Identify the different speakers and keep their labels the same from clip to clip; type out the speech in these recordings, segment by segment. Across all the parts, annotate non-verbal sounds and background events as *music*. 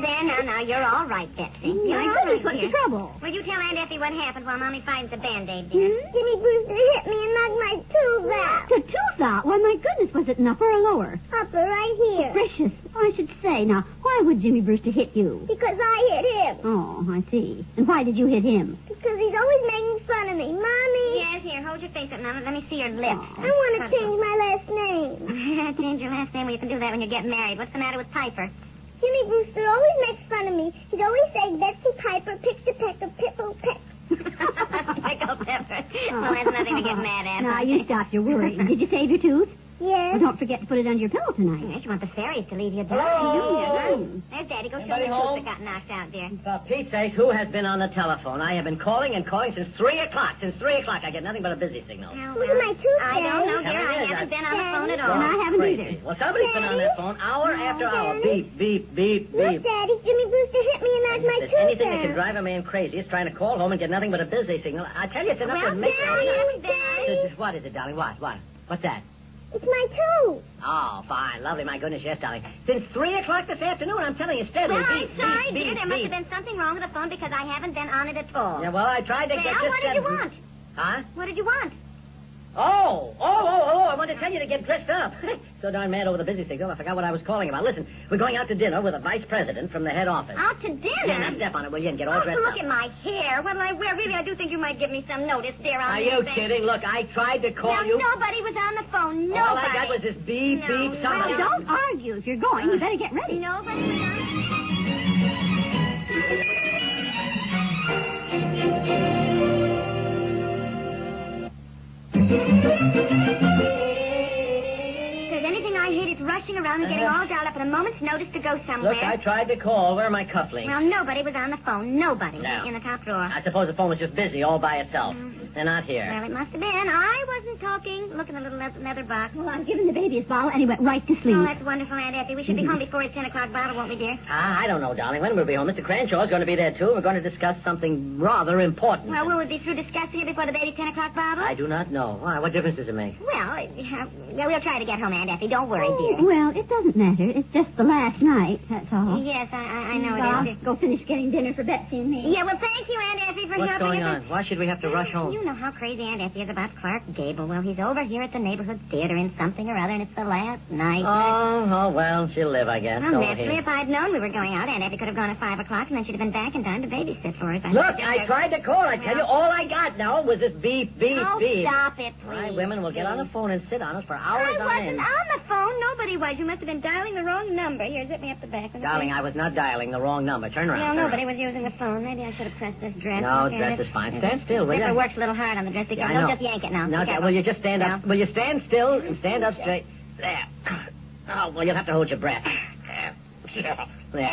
Speaker 1: There, now, uh, now, you're all right, Betsy.
Speaker 2: Mm,
Speaker 1: You're
Speaker 3: Now,
Speaker 1: all
Speaker 3: Effie's got
Speaker 1: dear.
Speaker 3: trouble. Hmm?
Speaker 1: Will you tell Aunt Effie what happened while Mommy finds the Band-Aid, dear?
Speaker 3: Jimmy Brewster hit me and knocked my tooth out. The tooth out? Why, my goodness, was it an upper or lower?
Speaker 2: Papa, right here.
Speaker 3: Precious, I should say. Now, why would Jimmy Brewster hit you?
Speaker 2: Because I hit him.
Speaker 3: Oh, I see. And why did you hit him?
Speaker 2: Because he's always making fun of me. Mommy,
Speaker 1: Yes, here, hold your face up, Mama. Let me see your lips.
Speaker 2: Mm-hmm. I want to change my last name.
Speaker 1: *laughs* change... your last name. Well, you can do that when you get married. What's the matter with Piper? *laughs*
Speaker 2: Jimmy Brewster always makes fun of me. He's always saying Betsy Piper picks a peck of pipple peck.
Speaker 1: Pickle pepper. Well, that's nothing to get mad at.
Speaker 3: Now, you stop your worrying. Did you save your tooth? Well,
Speaker 2: Yes.
Speaker 3: don't forget to put it under your pillow tonight.
Speaker 1: Yes, you want the fairies to leave you alone.
Speaker 4: Hello?
Speaker 1: There's Daddy. Go show me
Speaker 4: Anybody
Speaker 1: the
Speaker 4: home?
Speaker 1: tooth that got knocked out, dear.
Speaker 4: For Pete's sake, Uh, who has been on the telephone? I have been calling and calling since 3 o'clock. Since 3 o'clock, I get nothing but a busy signal.
Speaker 1: Now,
Speaker 2: Look at my tooth,
Speaker 1: I don't
Speaker 2: Daddy.
Speaker 1: know, dear. I
Speaker 4: Yes,
Speaker 1: haven't
Speaker 4: I-
Speaker 1: been on the phone at
Speaker 3: And I
Speaker 1: all.
Speaker 3: haven't
Speaker 4: Crazy.
Speaker 3: either.
Speaker 4: Well, somebody's been on that phone hour after hour. Beep, beep, beep,
Speaker 2: Look,
Speaker 4: beep.
Speaker 2: Daddy, Jimmy Brewster hit me and knocked my
Speaker 4: If there's
Speaker 2: tooth
Speaker 4: anything that can
Speaker 2: out.
Speaker 4: drive a man crazy, it's trying to call home and get nothing but a busy signal. I tell you, it's enough
Speaker 1: Well,
Speaker 4: to make
Speaker 1: Daddy,
Speaker 4: me-
Speaker 1: Daddy.
Speaker 4: *laughs* This is- What is it, darling? What? What? What's that?
Speaker 2: It's my tooth.
Speaker 4: Oh, fine. Lovely. My goodness, yes, darling. Since 3 o'clock this afternoon, I'm telling you, steadily.
Speaker 1: Well, I'm
Speaker 4: beep,
Speaker 1: sorry,
Speaker 4: beep,
Speaker 1: dear.
Speaker 4: beep,
Speaker 1: There must have
Speaker 4: beep.
Speaker 1: been something wrong with the phone because I haven't been on it at all.
Speaker 4: Yeah, well, I tried to
Speaker 1: well,
Speaker 4: get just
Speaker 1: "Oh, what did
Speaker 4: that-
Speaker 1: you want?
Speaker 4: Huh?
Speaker 1: What did you want?
Speaker 4: Oh, oh, oh, oh, I wanted to tell you to get dressed up. *laughs* so darn mad over the busy signal, I forgot what I was calling about. Listen, we're going out to dinner with the vice president from the head office.
Speaker 1: Out to dinner.
Speaker 4: Yeah, now step on it, will you, and get all
Speaker 1: Oh,
Speaker 4: dressed
Speaker 1: look
Speaker 4: up.
Speaker 1: at my hair. What'll I wear? Really, I do think you might give me some notice, dear. on
Speaker 4: Are
Speaker 1: this
Speaker 4: you
Speaker 1: thing.
Speaker 4: kidding? Look, I tried to call
Speaker 1: Now,
Speaker 4: you.
Speaker 1: nobody was on the phone. Nobody.
Speaker 4: All I got was this beep,
Speaker 1: No, no,
Speaker 4: beep, somebody.
Speaker 3: Now, don't argue. If you're going, you better get ready.
Speaker 1: Nobody was on If there's anything I hate, it's rushing around and getting
Speaker 4: Uh-huh.
Speaker 1: all dolled up at a moment's notice to go somewhere.
Speaker 4: Look, I tried to call. Where are my cufflinks?
Speaker 1: Well, nobody was on the phone. Nobody.
Speaker 4: No.
Speaker 1: In the top drawer.
Speaker 4: I suppose the phone was just busy all by itself.
Speaker 1: Mm-hmm.
Speaker 4: They're not here.
Speaker 1: Well, it must have been. I wasn't talking. Look in the little le- leather box.
Speaker 3: Well, I've given the baby his bottle, and he went right to
Speaker 1: Oh,
Speaker 3: sleep.
Speaker 1: that's wonderful, Aunt Effie. We should be home before his 10 o'clock bottle, won't we, dear?
Speaker 4: Ah, I don't know, darling. When we'll be home, Mr. Cranshaw's going to be there, too. We're going to discuss something rather important.
Speaker 1: Well, will we be through discussing it before the baby's 10 o'clock bottle?
Speaker 4: I do not know. Why? What difference does it make?
Speaker 1: Well, uh, well, we'll try to get home, Aunt Effie. Don't worry,
Speaker 4: Oh,
Speaker 1: dear.
Speaker 3: Well, it doesn't matter. It's just the last night, that's all.
Speaker 1: Yes, I, I, I know it
Speaker 3: Well,
Speaker 1: is. dear.
Speaker 3: I'll go finish getting dinner for Betsy and me.
Speaker 1: Yeah, well, thank you, Aunt Effie, for
Speaker 4: What's
Speaker 1: helping
Speaker 4: going
Speaker 1: us.
Speaker 4: on? Why should we have to rush home?
Speaker 1: You know how crazy Aunt Effie is about Clark Gable. Well, he's over here at the neighborhood theater in something or other, and it's the last night.
Speaker 4: Oh, oh, well, she'll live, I guess.
Speaker 1: well,
Speaker 4: Oh,
Speaker 1: naturally,
Speaker 4: here.
Speaker 1: if I'd known we were going out, Aunt Effie could have gone at 5 o'clock, and then she'd have been back in time to babysit for us.
Speaker 4: Look, I tried to call. I tell you, all I got now was this beep, beep,
Speaker 1: Oh,
Speaker 4: beep.
Speaker 1: stop it, please.
Speaker 4: All right, women will get on the phone and sit on us for
Speaker 1: I
Speaker 4: hours on
Speaker 1: wasn't
Speaker 4: end.
Speaker 1: on the phone. Nobody was. You must have been dialing the wrong number. Here, zip me up the back. Let me
Speaker 4: Darling,
Speaker 1: see.
Speaker 4: I was not dialing the wrong number. Turn
Speaker 1: No,
Speaker 4: around. turn
Speaker 1: nobody
Speaker 4: around.
Speaker 1: was using the phone. Maybe I should have pressed this dress.
Speaker 4: No,
Speaker 1: Okay,
Speaker 4: dress
Speaker 1: let's-
Speaker 4: is fine. Stand still, will
Speaker 1: Zipper
Speaker 4: you?
Speaker 1: works a little hard on the dress because
Speaker 4: Yeah, I
Speaker 1: don't
Speaker 4: know.
Speaker 1: just yank it now.
Speaker 4: Now,
Speaker 1: Okay,
Speaker 4: will you just stand up?
Speaker 1: No.
Speaker 4: Will you stand still and stand up straight? There. Oh, well, you'll have to hold your breath. There.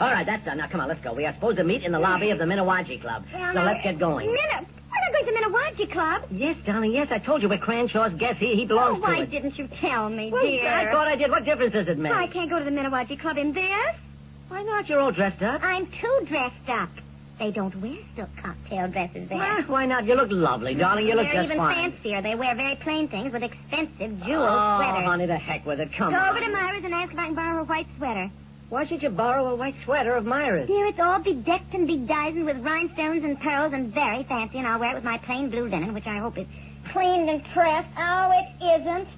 Speaker 4: All right, that's done. Now, come on, let's go. We are supposed to meet in the lobby of the Minnewagi Club.
Speaker 1: Well,
Speaker 4: So
Speaker 1: now-
Speaker 4: let's get going.
Speaker 1: Minna, we're not going to Minnewagi Club.
Speaker 4: Yes, darling, yes, I told you we're Cranshaw's guest. He, he
Speaker 1: Oh,
Speaker 4: belongs to
Speaker 1: why
Speaker 4: it.
Speaker 1: didn't you tell me,
Speaker 4: Well,
Speaker 1: dear?
Speaker 4: I thought I did. What difference does it make?
Speaker 1: I can't go to the Minnewagi Club in this.
Speaker 4: Why not? You're all dressed up.
Speaker 1: I'm too dressed up. They don't wear silk cocktail dresses there.
Speaker 4: Well, why not? You look lovely, darling. You look
Speaker 1: They're
Speaker 4: just
Speaker 1: even
Speaker 4: fine.
Speaker 1: fancier. They wear very plain things with expensive jewel
Speaker 4: oh,
Speaker 1: sweaters.
Speaker 4: honey, the heck with it. Come
Speaker 1: Go
Speaker 4: on.
Speaker 1: over to Myra's and ask if I can borrow a white sweater.
Speaker 4: Why should you borrow a white sweater of Myra's?
Speaker 1: Dear, it's all bedecked and bedizened with rhinestones and pearls and very fancy, and I'll wear it with my plain blue linen, which I hope is cleaned and pressed. Oh, it isn't.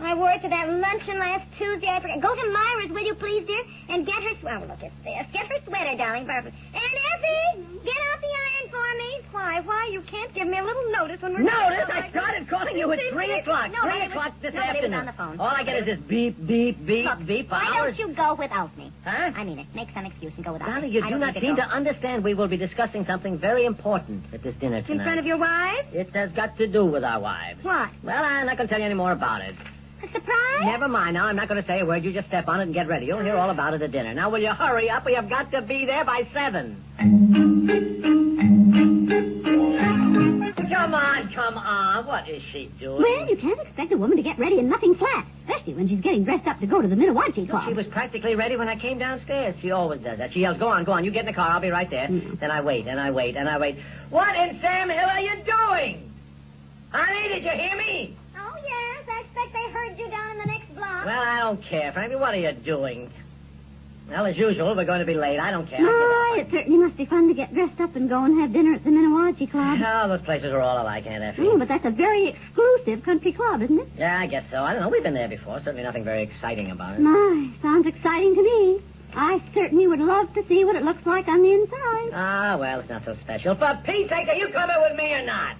Speaker 1: I wore it to that luncheon last Tuesday. I forgot. Go to Myra's, will you please, dear, and get her sweater. Oh, look at this. Get her sweater, darling. Perfect. And Effie, get out the iron for me. Why, why, you can't give me a little notice when we're...
Speaker 4: Notice I started calling you at
Speaker 1: See,
Speaker 4: 3 o'clock.
Speaker 1: nobody
Speaker 4: 3
Speaker 1: was-
Speaker 4: o'clock this
Speaker 1: nobody was
Speaker 4: afternoon.
Speaker 1: on the phone.
Speaker 4: All I get is this beep, beep, beep,
Speaker 1: Look,
Speaker 4: beep. for
Speaker 1: why
Speaker 4: hours.
Speaker 1: don't you go without me?
Speaker 4: Huh?
Speaker 1: I mean it. Make some excuse and go without
Speaker 4: Darling,
Speaker 1: me.
Speaker 4: you
Speaker 1: I
Speaker 4: do
Speaker 1: don't
Speaker 4: not
Speaker 1: need
Speaker 4: seem to
Speaker 1: go.
Speaker 4: understand we will be discussing something very important at this dinner tonight.
Speaker 1: In front of your wives?
Speaker 4: It has got to do with our wives.
Speaker 1: What?
Speaker 4: Well, I'm not going to tell you any more about it.
Speaker 1: A surprise?
Speaker 4: Never mind. Now, I'm not going to say a word. You just step on it and get ready. You'll hear all about it at dinner. Now, will you hurry up? We have got to be there by seven. Come on, come on. What What is she doing?
Speaker 3: Well, you can't expect a woman to get ready in nothing flat, especially when she's getting dressed up to go to the Minnewanchi
Speaker 4: Look,
Speaker 3: Club.
Speaker 4: She was practically ready when I came downstairs. She always does that. She yells, "Go on, go on! You get in the car. I'll be right there." Then I wait and I wait and I wait. What in Sam Hill are you doing? Honey, did you hear me?
Speaker 1: Oh, yes. I expect they heard you down in the next block.
Speaker 4: Well, I don't care, Frankie. What are you doing? Well, as usual, we're going to be late. I don't care.
Speaker 3: My, Ah, it certainly must be fun to get dressed up and go and have dinner at the Minnewanchi Club.
Speaker 4: Oh, those places are all alike, Aunt Effie.
Speaker 3: Oh, but that's a very exclusive country club, isn't it?
Speaker 4: Yeah, I guess so. I don't know. We've been there before. Certainly nothing very exciting about it.
Speaker 3: My, sounds exciting to me. I certainly would love to see what it looks like on the inside.
Speaker 4: Ah, well, it's not so special. For Pete's sake, are you coming with me or not?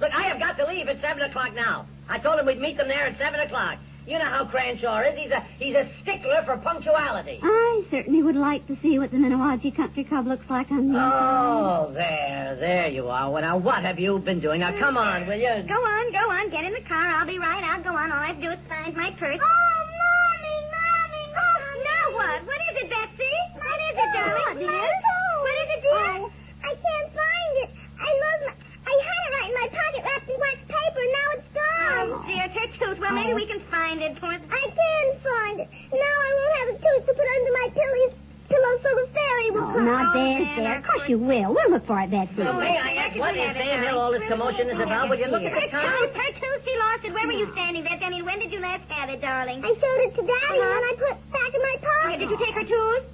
Speaker 4: Look, I have got to leave at 7 o'clock now. I told him we'd meet them there at 7 o'clock. You know how Cranshaw is. He's a, he's a stickler for punctuality.
Speaker 3: I certainly would like to see what the Minnewaji Country Club looks like on the inside.
Speaker 4: Oh, there, there you are. Well, now, what have you been doing? Now, come on, will you?
Speaker 1: Go on, go on. Get in the car. I'll be right out. Go on. All I have to do is find my purse.
Speaker 2: Oh, Mommy, Mommy, Mommy.
Speaker 1: now what? What is it, Betsy? What is it,
Speaker 2: Oh,
Speaker 1: darling?
Speaker 2: my
Speaker 1: dear? What is it, dear?
Speaker 2: Oh, I can't find it. I lost my... I had it right in my pocket wrapped in wax paper. Now it's gone.
Speaker 1: Oh, dear, it's her tooth. Well, maybe we can find it for us.
Speaker 2: I can find it. Now I won't have a tooth to put under my pillow, pillow so the fairy will
Speaker 3: Oh,
Speaker 2: come.
Speaker 1: Oh,
Speaker 3: now, there's
Speaker 1: Sam,
Speaker 3: there.
Speaker 1: of
Speaker 3: Of course
Speaker 1: course.
Speaker 3: you will. We'll look for it, Betsy.
Speaker 4: Oh, may I ask what in Sam Hill all this commotion is about? Will you look at
Speaker 1: Her
Speaker 4: the time?
Speaker 1: tooth, her tooth. She lost it. Where were you standing, Betsy? I mean, when did you last have it, darling?
Speaker 2: I showed it to Daddy and I put it back in my pocket.
Speaker 1: Okay, Uh-huh. did you take her tooth?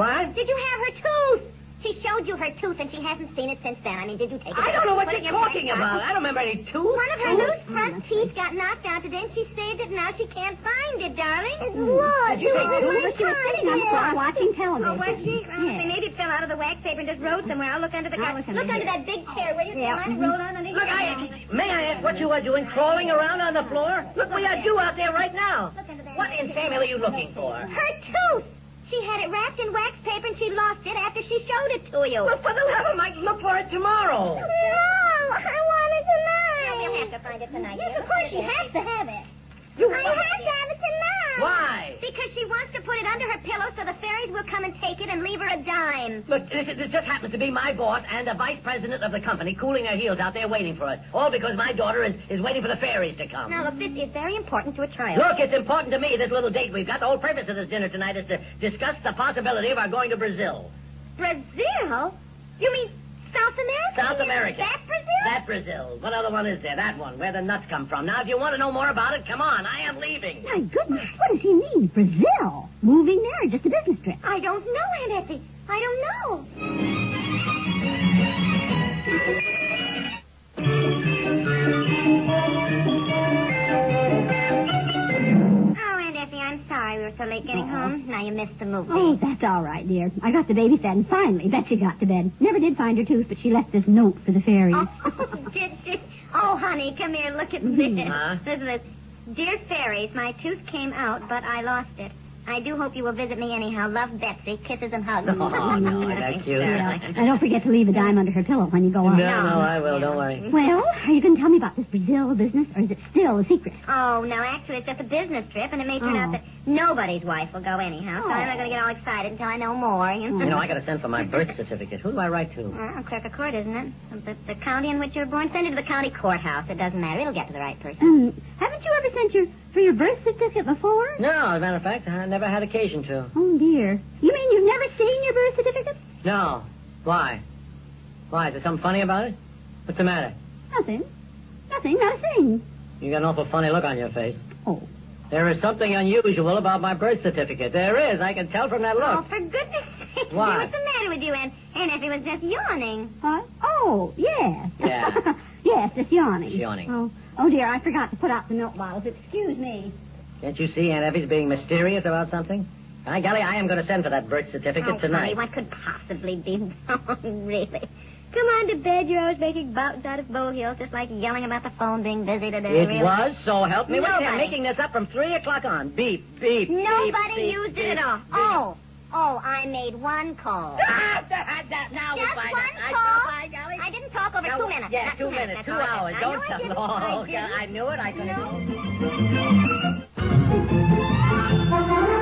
Speaker 4: What?
Speaker 1: Did you have her tooth? She showed you her tooth, and she hasn't seen it since then. I mean, did you take it?
Speaker 4: I don't know what
Speaker 1: Put it in
Speaker 4: you're
Speaker 1: your
Speaker 4: talking
Speaker 1: pocket.
Speaker 4: about. I don't remember any tooth.
Speaker 1: One of her loose front teeth got knocked out today, and she saved it. Now she can't find it, darling.
Speaker 2: It was.
Speaker 4: Did you
Speaker 2: it
Speaker 4: take
Speaker 2: was
Speaker 4: two?
Speaker 2: my
Speaker 3: But she was sitting on the
Speaker 2: pocket.
Speaker 3: floor watching television.
Speaker 1: Oh, was she? Oh,
Speaker 3: Yes.
Speaker 1: say, Maybe it fell out of the wax paper and just rolled somewhere. I'll look under the
Speaker 3: I'll
Speaker 1: car.
Speaker 3: look
Speaker 1: Look
Speaker 3: under
Speaker 1: under, that
Speaker 3: here.
Speaker 1: big chair, will you?
Speaker 3: Yeah.
Speaker 1: Mine rolled on under
Speaker 4: Look,
Speaker 1: here.
Speaker 4: I, may I ask what you are doing crawling around on the floor? Look what you do out there right now. What in Sam Hill are you looking for?
Speaker 1: Her tooth! She had it wrapped in wax paper and she lost it after she showed it to you.
Speaker 4: Well, for the love of Mike, look for it tomorrow.
Speaker 2: No, I want it tonight.
Speaker 1: Well, we'll have to find it tonight.
Speaker 2: Yes, of course she has to have it.
Speaker 4: You
Speaker 2: I have to have it tonight.
Speaker 4: Why?
Speaker 1: Because she wants to put it under her pillow so the fairies will come and take it and leave her a dime.
Speaker 4: Look, this, this just happens to be my boss and the vice president of the company cooling their heels out there waiting for us. All because my daughter is, is waiting for the fairies to come.
Speaker 1: Now, look, this is very important to a child.
Speaker 4: Look, it's important to me, this little date we've got. The whole purpose of this dinner tonight is to discuss the possibility of our going to Brazil.
Speaker 1: Brazil? You mean South America?
Speaker 4: South America.
Speaker 1: That Brazil?
Speaker 4: That Brazil. What other one is there? That one, where the nuts come from. Now, if you want to know more about it, come on. I am leaving.
Speaker 3: My goodness, what does he mean? Brazil? Moving there or just a business trip?
Speaker 1: I don't know, Aunt Effie. I don't know. Oh, Aunt Effie, I'm sorry we were so late getting home. Now you missed the movie.
Speaker 3: Oh, that's all right, dear. I got the baby fed, and finally Betsy got to bed. Never did find her tooth, but she left this note for the fairies.
Speaker 1: Oh, *laughs* did she? Oh, honey, come here. Look at this.
Speaker 4: Huh?
Speaker 1: Listen to this. Dear fairies, my tooth came out, but I lost it. I do hope you will visit me anyhow. Love, Betsy. Kisses and hugs.
Speaker 4: Oh, no, isn't
Speaker 1: *laughs*
Speaker 4: that cute?
Speaker 3: Yeah. And don't forget to leave a dime under her pillow when you go out.
Speaker 4: No, no, I will. Don't worry.
Speaker 3: Well, are you going to tell me about this Brazil business, or is it still a secret?
Speaker 1: Oh, no, actually, it's just a business trip, and it may turn
Speaker 3: Oh.
Speaker 1: out that nobody's wife will go anyhow, so I'm not going to get all excited until I know more. You know?
Speaker 4: Mm. You know, I got to send for my birth certificate. Who do I write
Speaker 1: *laughs*
Speaker 4: to?
Speaker 1: Well, clerk of court, isn't it? The, the county in which you were born. Send it to the county courthouse. It doesn't matter. It'll get to the right person. *laughs*
Speaker 3: Um, haven't you ever sent your for your birth certificate before?
Speaker 4: No, as a matter of fact, I never had occasion to.
Speaker 3: Oh dear. You mean you've never seen your birth certificate?
Speaker 4: No. Why? Why? Is there something funny about it? What's the matter?
Speaker 3: Nothing. Nothing. Not a thing.
Speaker 4: You got an awful funny look on your face.
Speaker 3: Oh.
Speaker 4: There is something unusual about my birth certificate. There is. I can tell from that
Speaker 1: Oh,
Speaker 4: look.
Speaker 1: for goodness sake.
Speaker 4: Why?
Speaker 1: What's the matter with you, Aunt, Aunt Effie was just yawning.
Speaker 3: Huh? Oh, yes.
Speaker 4: Yeah.
Speaker 3: *laughs* yes, it's yawning.
Speaker 4: It's yawning.
Speaker 3: Oh. oh, dear, I forgot to put out the milk bottles. Excuse me.
Speaker 4: Can't you see Aunt Effie's being mysterious about something? By golly, I am going to send for that birth certificate
Speaker 1: oh,
Speaker 4: tonight.
Speaker 1: Honey, what could possibly be *laughs* wrong, really? Come on to bed. You're always making bouts out of bowhills, just like yelling about the phone being busy today.
Speaker 4: It
Speaker 1: really.
Speaker 4: was, so help me. What's that?
Speaker 1: Nobody.
Speaker 4: Making this up from 3 o'clock on. Beep, beep.
Speaker 1: Nobody
Speaker 4: beep, beep,
Speaker 1: used
Speaker 4: beep,
Speaker 1: it at all.
Speaker 4: beep.
Speaker 1: Oh, oh, I made one call.
Speaker 4: Ah, that, that, now we
Speaker 1: Just
Speaker 4: find
Speaker 1: one
Speaker 4: out. I-
Speaker 1: call.
Speaker 4: by golly.
Speaker 1: I didn't talk over
Speaker 4: Now,
Speaker 1: two minutes.
Speaker 4: Yeah,
Speaker 1: Not
Speaker 4: two, minutes,
Speaker 1: that's
Speaker 4: two
Speaker 1: all I
Speaker 4: hours.
Speaker 1: said. I
Speaker 4: Don't tell
Speaker 1: know
Speaker 4: me.
Speaker 1: I
Speaker 4: Oh,
Speaker 1: didn't. I
Speaker 4: God, I knew it. I could
Speaker 1: No.
Speaker 4: have known.
Speaker 1: didn't.